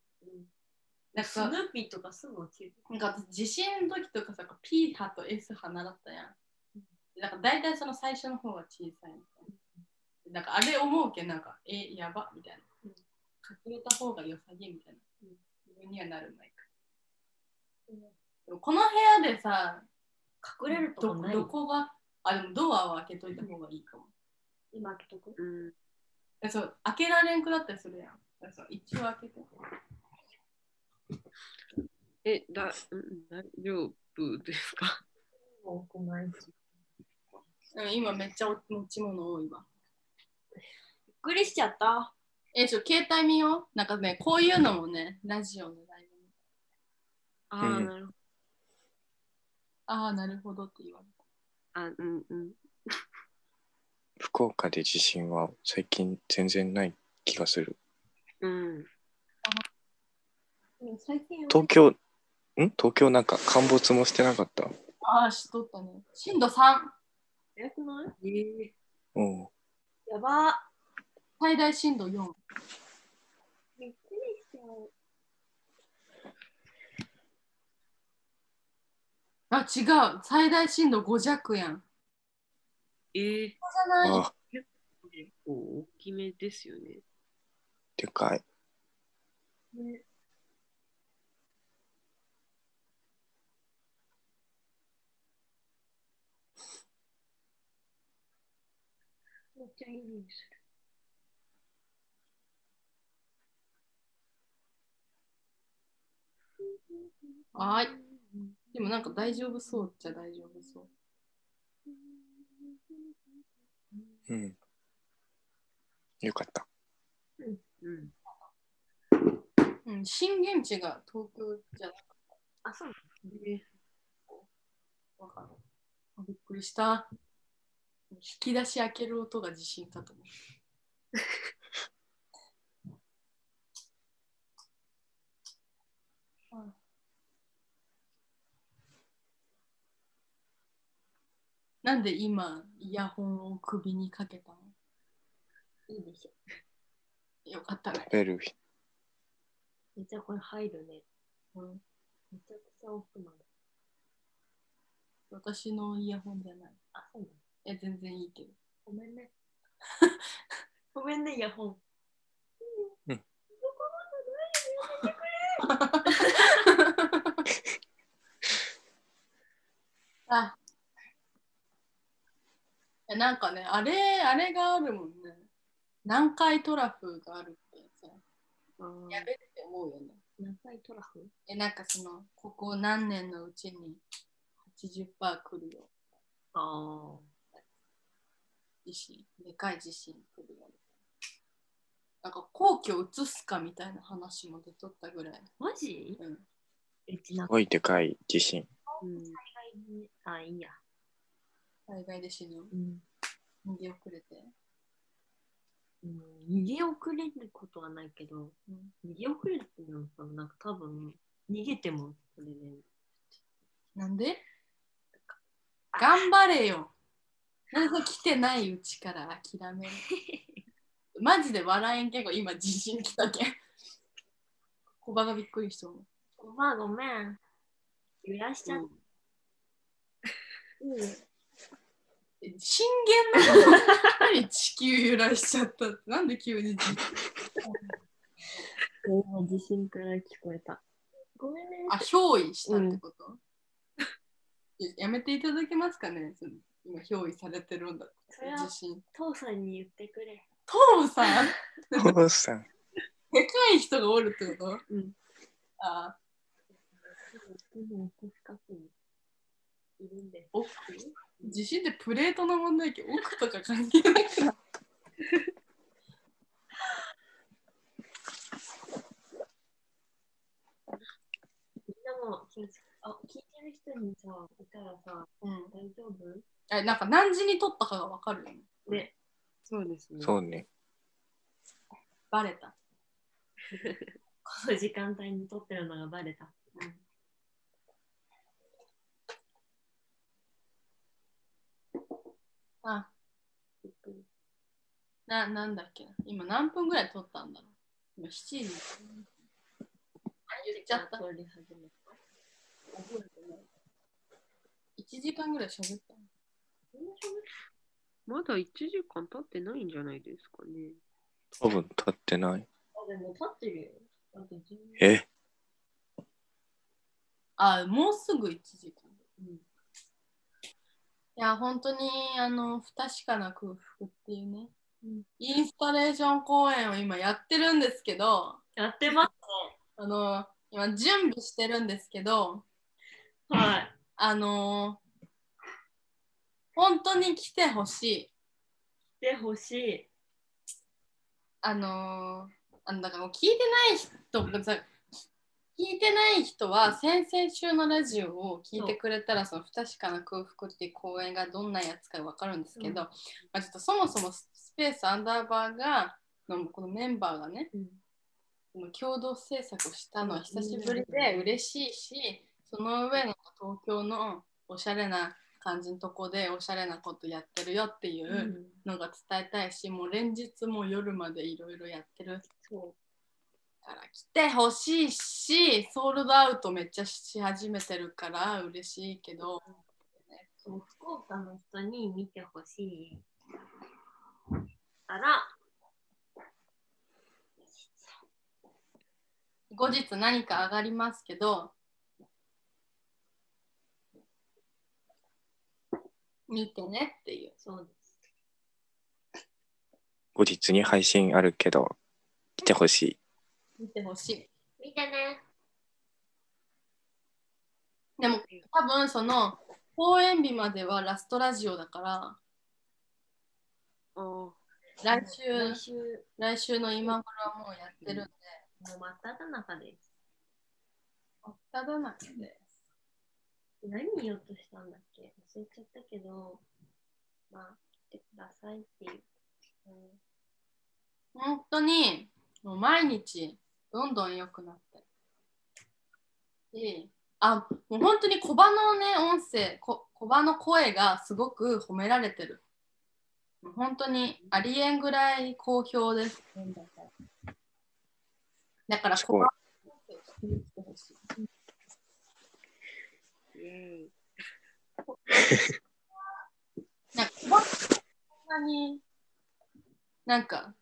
なんスヌか、ーピーとかすぐ落ちる。なんか私地震の時とかさ、P 派と S 派習ったやん。なんか大体その最初の方が小さいみたいな。なんかあれ思うけんなんか、え、やばみたいな。隠れた方が良さげみたいな。自分にはなるまいか。でもこの部屋でさ、隠れるとこない。どどこが、あ、でもドアは開けといた方がいいかも。今開けとくうん。えそう開けられんくなったりするやん。だからそう一応開けて。え、だ、うん大丈夫ですかもうない。びっうん、今めっちゃお持ち物多いわ。くりしちゃった。え、ちょ、携帯見よう。なんかね、こういうのもね、ラジオのライブにああ、うんなるほど。ああ、なるほどって言われた。あ、うんうん。福岡で地震は最近全然ない気がするうん。最近東京ん東京なんか陥没もしてなかったああ、しとったね。震度3、やくないえー、うんやば。最大震度4。びっくりしちゃう。あ、違う。最大震度5弱やん。こえー、こじゃないあ結構大きめですよね。でかいね、めっちゃいい匂いする。はーい。でもなんか大丈夫そうっちゃ大丈夫そう。うんよかったうん。うん、震源地が東京じゃなあ、そう。えーわかる。あびっくりした。引き出し開ける音が地震かと思う。なんで今イヤホンを首にかけたのいいでしょ。よかったね。食べる日めっちゃこれ入るね。うんめちゃくちゃ奥まで。私のイヤホンじゃない。あ、そうなの。いや、全然いいけど。ごめんね。ごめんね、イヤホン。うんそこまでないよやめてくれあ。えなんかね、あれ、あれがあるもんね。南海トラフがあるってさ、あーやべって思うよね。何回トラフえ、なんかその、ここ何年のうちに80%来るよ。あ地震、でかい地震来るよ。なんか皇居を移すかみたいな話も出とったぐらい。あ。マジうん。うちなすごいでかい地震うんあ、いいや。災害で死ぬ。うん。逃げ遅れて。うん、逃げ遅れることはないけど、逃げ遅れるっていうのもさ、なんか多分、逃げてもそれで、なんで頑張れよ。なんか来てないうちから諦める。マジで笑えんけど今地震来たけん。小バがびっくりしそう。おばあごめん、揺らしちゃった。うんえ震源なの何地球揺らしちゃったってなんで急に地今地震から聞こえた。ごめんね。あ憑依したってこと、えやめていただけますかねその今憑依されてるんだってそれは地震父さんに言ってくれ。父さんでおっさん。かい人がおるってことうんあでも奥深くにいるんです。奥地震ってプレートの問題やけど奥とか関係なくなったみんなも気をつけあ聞いてる人にさ、いたらさ、うん大丈夫えなんか何時に撮ったかが分かるよねね、そうですね。そうね。バレたこの時間帯に撮ってるのがバレた。あななんだっけな今何分ぐらい撮ったんだろう今7時言っちゃった撮り始めた。覚えてない。 1時間ぐらい喋ったのみんな喋ってまだ1時間経ってないんじゃないですかね。多分経ってない。あ、でも撮ってるよ。あと10え、あもうすぐ1時間うんいや本当にあの不確かな空腹っていうね、うんインスタレーション公演を今やってるんですけどやってますあの今準備してるんですけどね。はい。あの本当に来てほしい来てほしい。あのーあのだからもう聞いてない人がさ聞いてない人は先々週のラジオを聞いてくれたらその不確かな空腹っていう公演がどんなやつか分かるんですけど、うんまあ、ちょっとそもそもススペースアンダーバーがのこのメンバーがねうん。この共同制作をしたのは久しぶりで嬉しいしその上の東京のおしゃれな感じのとこでおしゃれなことやってるよっていううんのが伝えたいし、もう連日もう夜までいろいろやってるそから来てほしいしソールドアウトめっちゃし始めてるから嬉しいけどう。そう福岡の人に見てほしい。から、後日何か上がりますけど見てねっていうそうです。後日に配信あるけど、来てほしい。見てほしい見てね。でも多分その公演日まではラストラジオだからああ、来週来週来週の今頃はもうやってるんでもう真っ只中です。真っただ中で何言おうとしたんだっけ忘れちゃったけど、まあ、来てくださいっていう。う本当にもう毎日どんどん良くなってるしあもう本当にコバのね音声こコバの声がすごく褒められてるもう本当にありえんぐらい好評ですだからすコごいバの音声を聞いてほしいイェーイ。なんか、こんなに、なんか、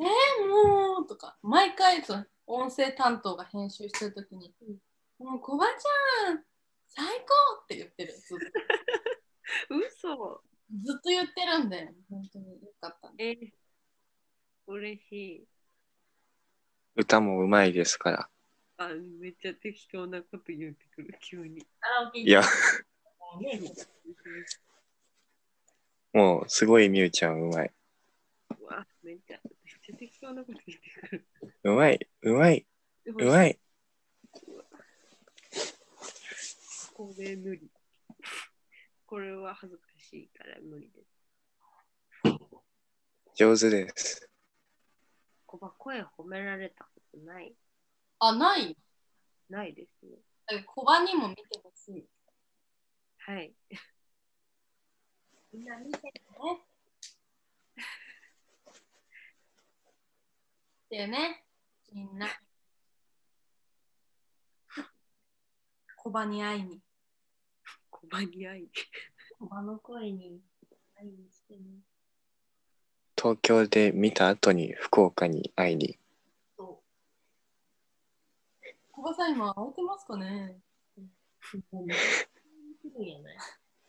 えー、もうとか、毎回その音声担当が編集してるときに、もう、コバちゃん、最高って言ってる。ずっと嘘ずっと言ってるんで、本当によかったんで。えー、嬉しい。歌もうまいですから。あ、めっちゃ適当なこと言ってくる、急に。カラオケいや、行ったらねもうすごいみゆちゃんうまい。うわ、めっちゃ、めっちゃ適当なこと言ってくる。うまい、うまい、ううま。い。これ無理。これは恥ずかしいから無理です。上手です。こば声褒められたことない、あ、ない。ないですね。えコバにも見てほしい。はい。みんな見てね。だよね、みんな。コバに会いに。こばに会い に。コバの声に愛にしてね。東京で見た後に福岡に会いに。コバさん今、会えてますかね来るんやない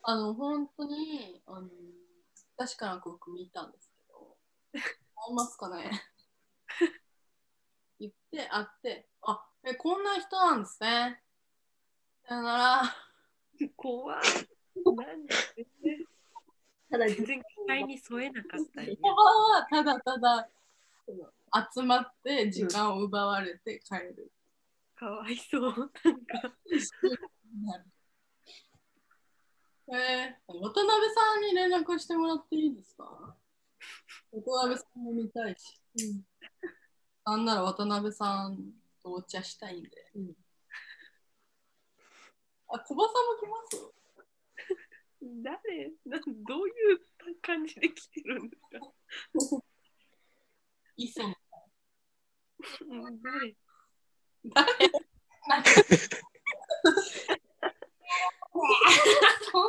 あの、本当に、あの、確かな僕見たんですけど、会いますかね 言って、会って、あ、え、こんな人なんですね。さよなら。怖い。なんでただ、全然期待に添えなかったよね。コバは ただただその集まって時間を奪われて帰る。 かわいそう。えー、渡辺さんに連絡してもらっていいですか渡辺さんも見たいし。なんなら渡辺さんとお茶したいんで。うんあ、小バさんも来ます誰なんどういう感じで来てるんですかいそうん誰そんな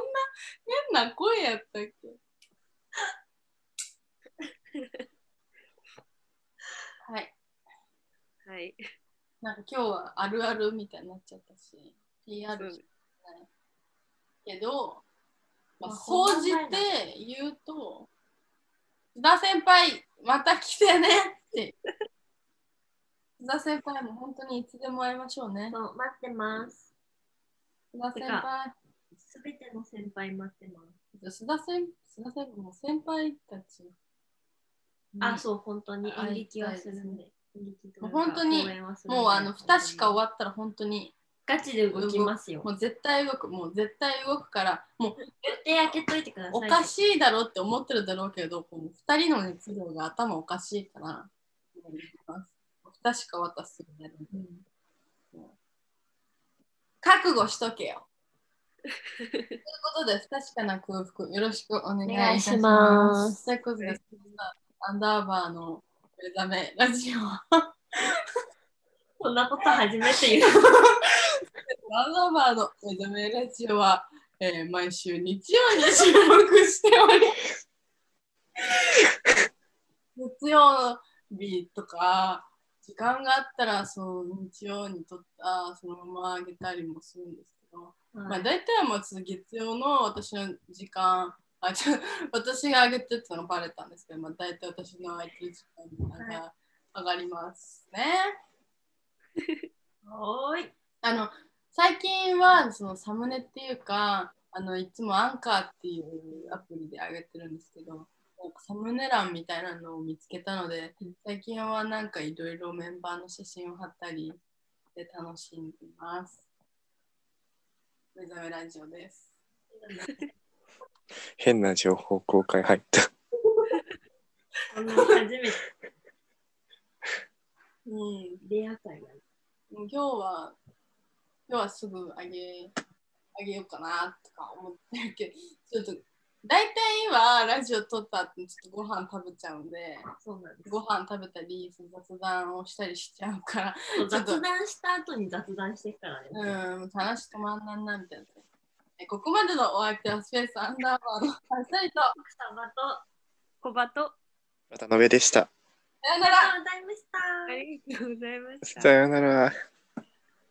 変な声やったっ けはい。はい。なんか今日はあるあるみたいになっちゃったし、PR じゃないけど、まあ、まあ総じて言うと、須田先輩、また来てね って。須田先輩も本当にいつでも会いましょうね。そう、待ってます。須田先輩。すべての先輩待ってます。須田先須田先輩も先輩たち、あ、そう、本当にあ演劇はするんで。演劇とかもう本当に公演はするんでもうあの2しか終わったら本当にガチで動きますよも。う絶対動くもう絶対動くからもう予定開けといてください。おかしいだろって思ってるだろうけどこの2人の熱量が頭おかしいから2しか渡すよね、もう覚悟しとけよということで不確かな空腹よろしくお願いいたしお願いましますということでアンダーバーの目覚めラジオこんなこと初めて言う。ランダバーの目覚めラジオは、えー毎週日曜に収録しております。月曜日とか、時間があったら、その日曜に撮った、そのままあげたりもするんですけど、 まあはい大体はもう月曜の私の時間、あ、ちょ私が上げてたのバレたんですけど、まあ大体私の空いてる時間が上が上がりますね。おーい。あの最近はそのサムネっていうかあのいつもアンカーっていうアプリで上げてるんですけどなんかサムネ欄みたいなのを見つけたので最近はなんかいろいろメンバーの写真を貼ったりで楽しんでます。目覚めラジオです。変な情報公開入った。こんな初めてうん、出会ったんや。今日は今日はすぐあげあげようかなとか思ってるけどちょっと大体今ラジオ撮った後にちょっとご飯食べちゃうんでそうなんですご。飯食べたり雑談をしたりしちゃうからそう雑談した後に雑談してからね。うん話止まんなんなみたいな。えここまでのお相手はスペースアンダーバーのお二人と草場と小バと渡辺でした。さよあなりがらとうございました。ありがとうございましたさ。ようなら。